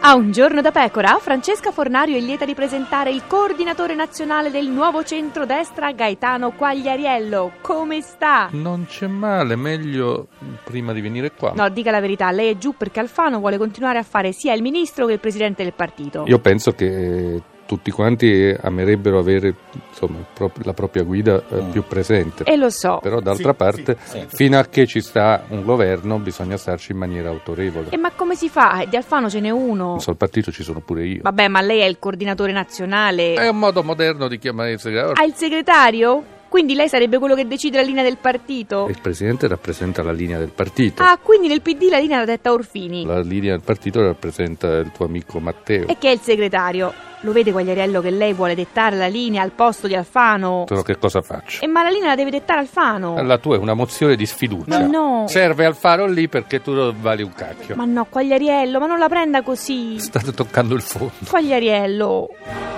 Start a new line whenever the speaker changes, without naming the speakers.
A un giorno da pecora, Francesca Fornario è lieta di presentare il coordinatore nazionale del nuovo centrodestra Gaetano Quagliariello. Come sta?
Non c'è male, meglio prima di venire qua.
No, dica la verità, lei è giù perché Alfano vuole continuare a fare sia il ministro che il presidente del partito.
Io penso che eh, tutti quanti amerebbero avere insomma, il prop- la propria guida eh, più presente.
E lo so.
Però d'altra
Mm. Sì,
parte,
sì, sì.
fino a che ci sta un governo, bisogna starci in maniera autorevole.
E ma come si fa? Eh, Di Alfano ce n'è uno.
Non so, al partito ci sono pure io.
Vabbè, ma lei è il coordinatore nazionale.
È un modo moderno di eh, chiamare il segretario.
Ha il segretario? Quindi lei sarebbe quello che decide la linea del partito?
Il presidente rappresenta la linea del partito.
Ah, quindi nel PD la linea l'ha detta Orfini.
La linea del partito rappresenta il tuo amico Matteo.
E che è il segretario? Lo vede Quagliariello che lei vuole dettare la linea al posto di Alfano?
Però che cosa faccio?
E ma la linea la deve dettare Alfano?
La tua è una mozione di sfiducia.
eh, Ma no.
Serve al faro lì perché tu non vali un cacchio.
Ma no, Quagliariello, ma non la prenda così.
State toccando il fondo.
Quagliariello.